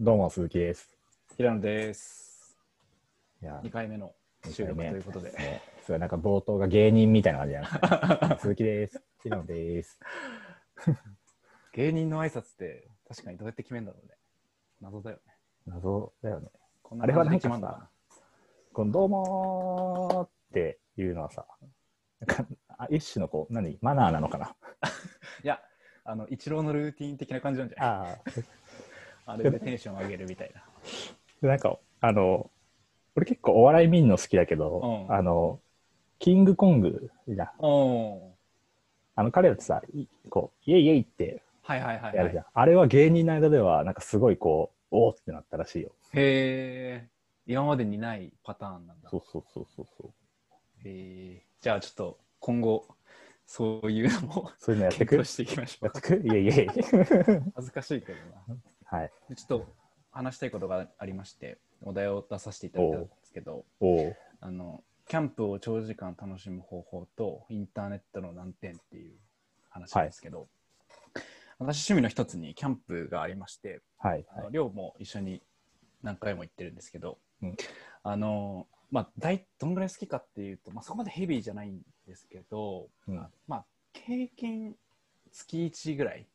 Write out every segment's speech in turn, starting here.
どうも、鈴木です。平野です。いや2回目の収録ということで。ねそう、なんか冒頭が芸人みたいな感じなんです ね鈴木です。平野です。芸人の挨拶って確かにどうやって決めるんだろうね。謎だよね。謎だよね。こんあれはなんか決まんだな。このどうもーっていうのはさ、なんかあ一種のこう、何、マナーなのかないや、あの、一郎のルーティン的な感じなんじゃないああ。あれでテンション上げるみたいな。でなんか、あの、俺結構お笑い見るの好きだけど、うんあの、キングコングじゃん。おーあの彼らってさ、いこう、イエイイエイってはいはいはい、やはるじゃん。い。あれは芸人の間では、なんかすごいこう、おおってなったらしいよ。へえ。今までにないパターンなんだ。そうそうそうそうそう。へえ。じゃあちょっと今後、そういうのもそういうのやって検く討していきましょやっうて。 くいえいえいえ。恥ずかしいけどな。はい。でちょっと話したいことがありまして、お題を出させていただいたんですけど、おお。あの、キャンプを長時間楽しむ方法とインターネットの難点っていう話なんですけど、私趣味の一つにキャンプがありまして、はい。あはのい。寮も一緒に何回も行ってるんですけど、うんあの、まあ、大どんぐらい好きかっていうと、まあ、そこまでヘビーじゃないんですけど、うんまあ、平均月1ぐらい、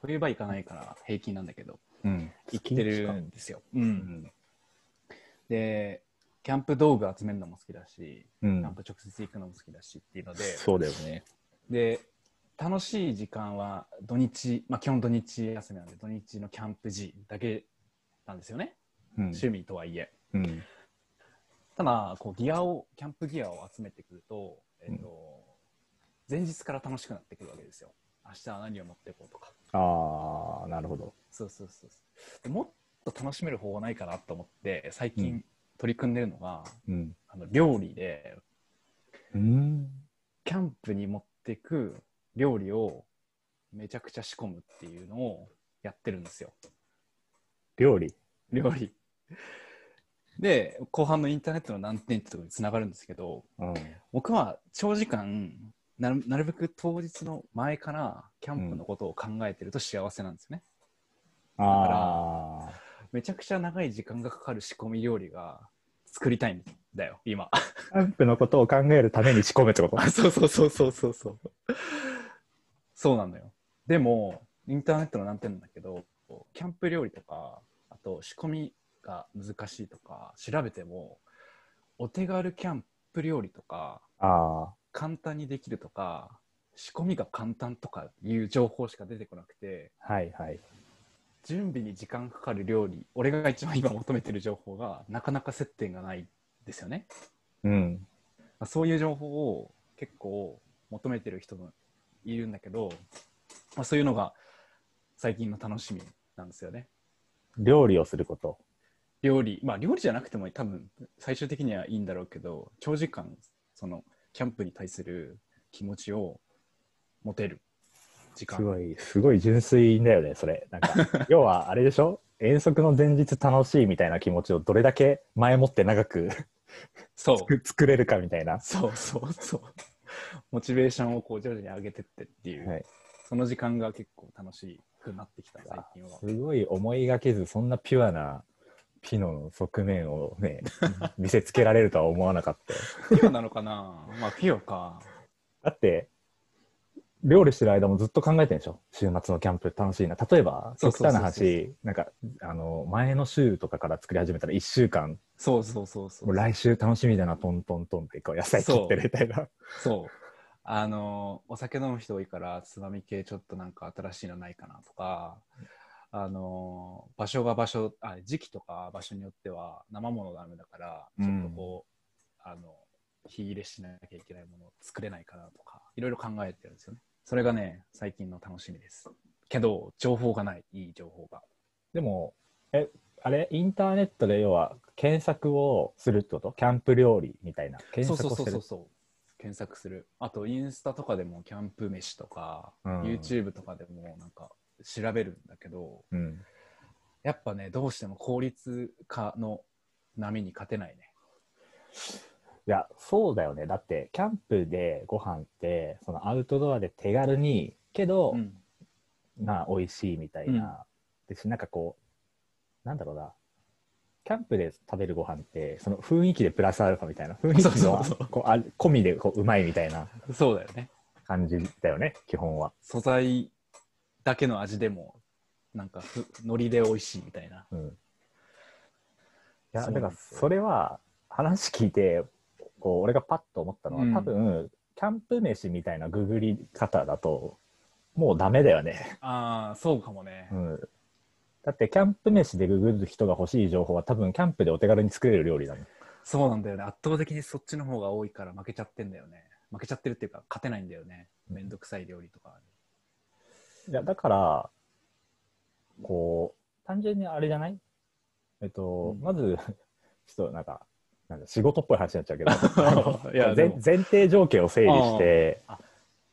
冬場行かないから平均なんだけど、うん。行ってるんですよ。うん、でキャンプ道具集めるのも好きだし、うキャンん。プ直接行くのも好きだしっていうのでそうだよね。で楽しい時間は土日、まあ、基本土日休みなんで土日のキャンプ時だけなんですよね、うん。趣味とはいえうん。ただこうギアをキャンプギアを集めてくると,、えっと前日から楽しくなってくるわけですよ明日は何を持っていこうとかああ、なるほど。そうそうそうそうでもっと楽しめる方法ないかなと思って最う近ん取り組んでるのが、うん。あの料理でうん。キャンプに持ってく料理をめちゃくちゃ仕込むっていうのをやってるんですよ料理。料理で後半のインターネットの難点ってところにつながるんですけどうん。僕は長時間なるなるべく当日の前からキャンプのことを考えてると幸せなんですよね、ああ。めちゃくちゃ長い時間がかかる仕込み料理が作りたいんだよ今キャンプのことを考えるために仕込め ってことあそうそうそうそうそうそうそうなのよでもインターネットの難点なんだけどキャンプ料理とかあと仕込みが難しいとか調べてもお手軽キャンプ料理とかあ簡単にできるとか仕込みが簡単とかいう情報しか出てこなくてあ。はいはい。準備に時間かかる料理俺が一番今求めてる情報がなかなか接点がないんですよねうん。まあそういう情報を結構求めてる人もいるんだけど、まあ、そういうのが最近の楽しみなんですよね。料理をすること。料理、まあ料理じゃなくても多分最終的にはいいんだろうけど、長時間そのキャンプに対する気持ちを持てる時す間。ごい、すごい純粋だよね、それ。なん か、要はあれでしょ遠足の前日楽しいみたいな気持ちをどれだけ前もって長くそう、 作れるかみたいな。そうそうそう。モチベーションをこう徐々に上げてってっていう、はいその時間が結構楽しくなってきた最近はす。ごい思いがけずそんなピュアなピノの側面をね 見せつけられるとは思わなかったよピュアなのかなまあピュアか。だって料理してる間もずっと考えてるでしょ週末のキャンプ楽しいな例えばそう極そうそうそう端な話なんかあの前の週とかから作り始めたら1週間そうそうそうそう。もう来週楽しみだなトントントンってこう野菜切ってるみたいなそう。あの、お酒飲む人多いから、つまみ系ちょっとなんか新しいのないかなとか、あの、場所が場所、あ時期とか場所によっては生ものダメだから、うちんょっとこう、あの、火入れしなきゃいけないものを作れないかなとか、いろいろ考えてるんですよね。それがね、最近の楽しみです。けど、情報がない、いい情報が。でもえあれインターネットで要は検索をするってことキャンプ料理みたいな検そう索をそうしてそるうそうそう。検索する。あと、インスタとかでもキャンプ飯とか、うん YouTube とかでもなんか調べるんだけど、うんやっぱね、どうしても効率化の波に勝てないね。いや、そうだよね。だって、キャンプでご飯って、そのアウトドアで手軽に、けど、うんまあ、美味しいみたいな。でし、なんかこう、なんだろうな、キャンプで食べるご飯って、その雰囲気でプラスアルファみたいな、雰囲気そうそのうそうこうあ込みでこううまいみたいなそうだよね。感じだよね、基本は。素材だけの味でも、なんかふ、海苔で美味しいみたいな。うん。いや、そうだなかんですよらそれは話聞いて、こう俺がパッと思ったのは、うん多分、キャンプ飯みたいなググり方だと、もうダメだよね。ああ、そうかもねう。ん。だって、キャンプ飯でググる人が欲しい情報は多分、キャンプでお手軽に作れる料理だもん。そうなんだよね。圧倒的にそっちの方が多いから負けちゃってんだよね。負けちゃってるっていうか、勝てないんだよね。うんめんどくさい料理とかに。いや、だから、こう、単純にあれじゃないえっと、うんまず、ちょっとなんか、なんだ仕事っぽい話になっちゃうけどあの いやで前も前提条件を整理して、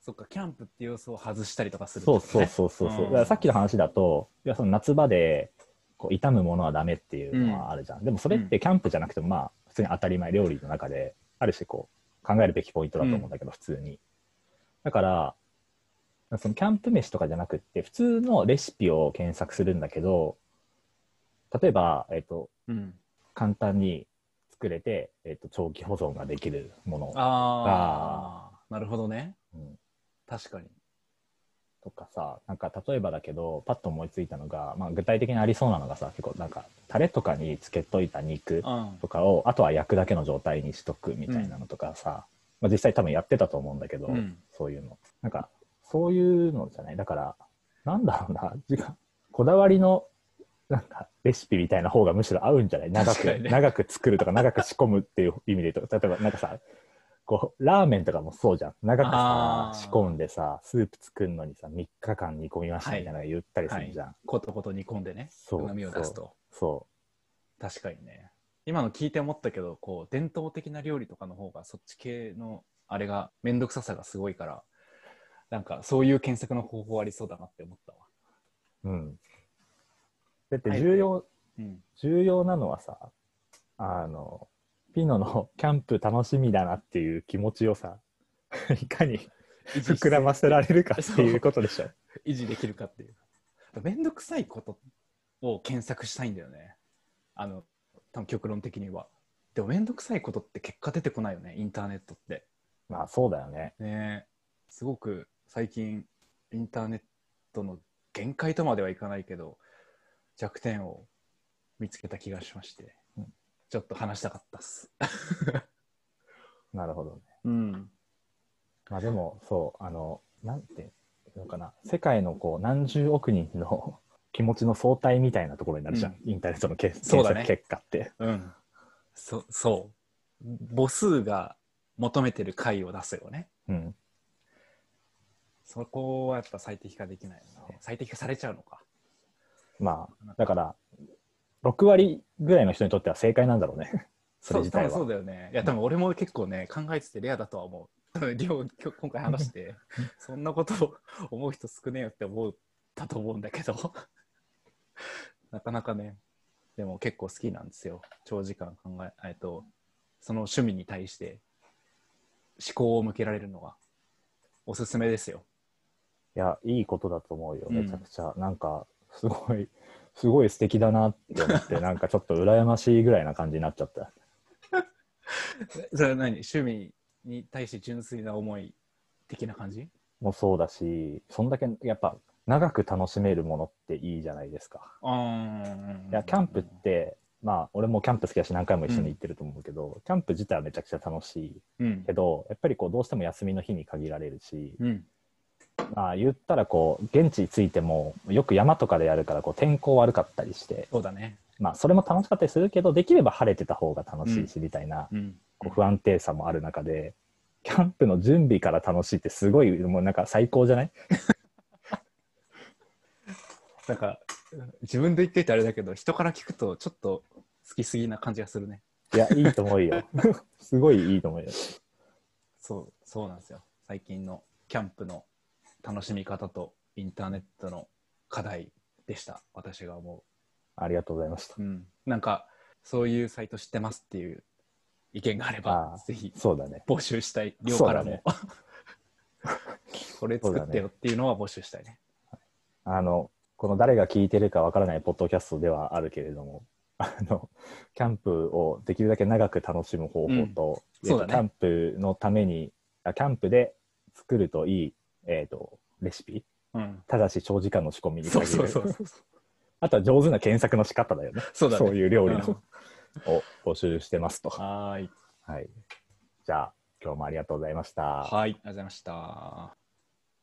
そっか、キャンプっていう要素を外したりとかするってそうことそうね。そうそうそう、うんだからさっきの話だといやその夏場でこう傷むものはダメっていうのはあるじゃん、でもそれってキャンプじゃなくてもまあ普通に当たり前料理の中である種こう考えるべきポイントだと思うんだけど、普通にだからそのキャンプ飯とかじゃなくって普通のレシピを検索するんだけど例えば、えっとうん。簡単に作れて、えっと長期保存ができるものああ、なるほどね。うん確かに。とかさなんか例えばだけどパッと思いついたのが、まあ、具体的にありそうなのがさ結構なんかタレとかにつけといた肉うんと。かをあとは焼くだけの状態にしとくみたいなのとかさ、まあ、実際多分やってたと思うんだけど、うんそういうのなんかそういうのじゃないだからなんだろうな時間こだわりのなんかレシピみたいな方がむしろ合うんじゃない長確かく、にね長く作るとか長く仕込むっていう意味で言うと例えばなんかさこうラーメンとかもそうじゃん長くさあー仕込んでさスープ作るのにさ3日間煮込みましたみたいなの言ったりするじゃん、ことこと煮込んでね、そううまみを出すと。そ確かにね。今の聞いて思ったけど、こう、伝統的な料理とかの方が、そっち系の、あれが、めんどくささがすごいから、なんか、そういう検索の方法ありそうだなって思ったわ。ううんだってはい重要、うん。重要なのはさあのピノの キャンプ楽しみだなっていう気持ちをさ いかに膨らませられるかっていうことで しょ。維持できるかっていう。めんどくさいことを検索したいんだよね。あの、多分極論的には。でもめんどくさいことって結果出てこないよね、インターネットって。まあそうだよね。ねえすごく最近インターネットの限界とまではいかないけど弱点を見つけた気がしまして、うんちょっと話したかったっす。なるほどね。うん、まあでもそうあのなんていうのかな世界のこう何十億人の 気持ちの総体みたいなところになるじゃん、インターネットのけ検そうだ索ね結果って。うん、そそう母数が求めてる解を出すよねうん、そこはやっぱ最適化できないよね最適化されちゃうのかまあだから6割ぐらいの人にとっては正解なんだろうね。それそう自体は多分そうだよねいや多分俺も結構ね考えててレアだとは思う多分りょう今日今回話して そんなこと思う人少ねえよって思ったと思うんだけど なかなかねでも結構好きなんですよ長時間考ええっとその趣味に対して思考を向けられるのがおすすめですよいや、いいことだと思うよ、うんめちゃくちゃ。なんか、すごい、 すごい素敵だなって思 って、なんかちょっと羨ましいぐらいな感じになっちゃった。それは何趣味に対して純粋な思い的な感じもうそうだし、そんだけ、やっぱ、長く楽しめるものっていいじゃないですか。うんいや、キャンプって、まあ、俺もキャンプ好きだし、何回も一緒に行ってると思うけど、キャンプ自体はめちゃくちゃ楽しいうんけど、やっぱりこう、どうしても休みの日に限られるし、うんまあ、言ったらこう、現地着いても、よく山とかでやるから、こう、天候悪かったりして、そうだねまあ、それも楽しかったりするけど、できれば晴れてた方が楽しいし、みたいな。うんこう不安定さもある中で、キャンプの準備から楽しいってすごい、もうなんか最高じゃないなんか自分で言っていてあれだけど人から聞くとちょっと好きすぎな感じがするねいや、いいと思うよ。 すごいいいと思うよ。そうそうなんですよ最近のキャンプの楽しみ方とインターネットの課題でした私が思ありがとうございました。う、うん、なんかそういうサイト知ってますっていう意見があればあーぜひそうだね。募集したい寮からも、これそう作 だねってよっていうのは募集したいねあの、この誰が聞いてるかわからないポッドキャストではあるけれども、 あの、キャンプをできるだけ長く楽しむ方法と、うんえっそうとだねキャンプのために、あキャンプで作るといい、えっ、と、レシピ。うん。ただし長時間の仕込みにそ限うる。そうそうそう。あとは上手な検索の仕方だよね。そうだね。いう料理うんの、を募集してますと。はーい。はい。じゃあ、今日もありがとうございました。はい。ありがとうございました。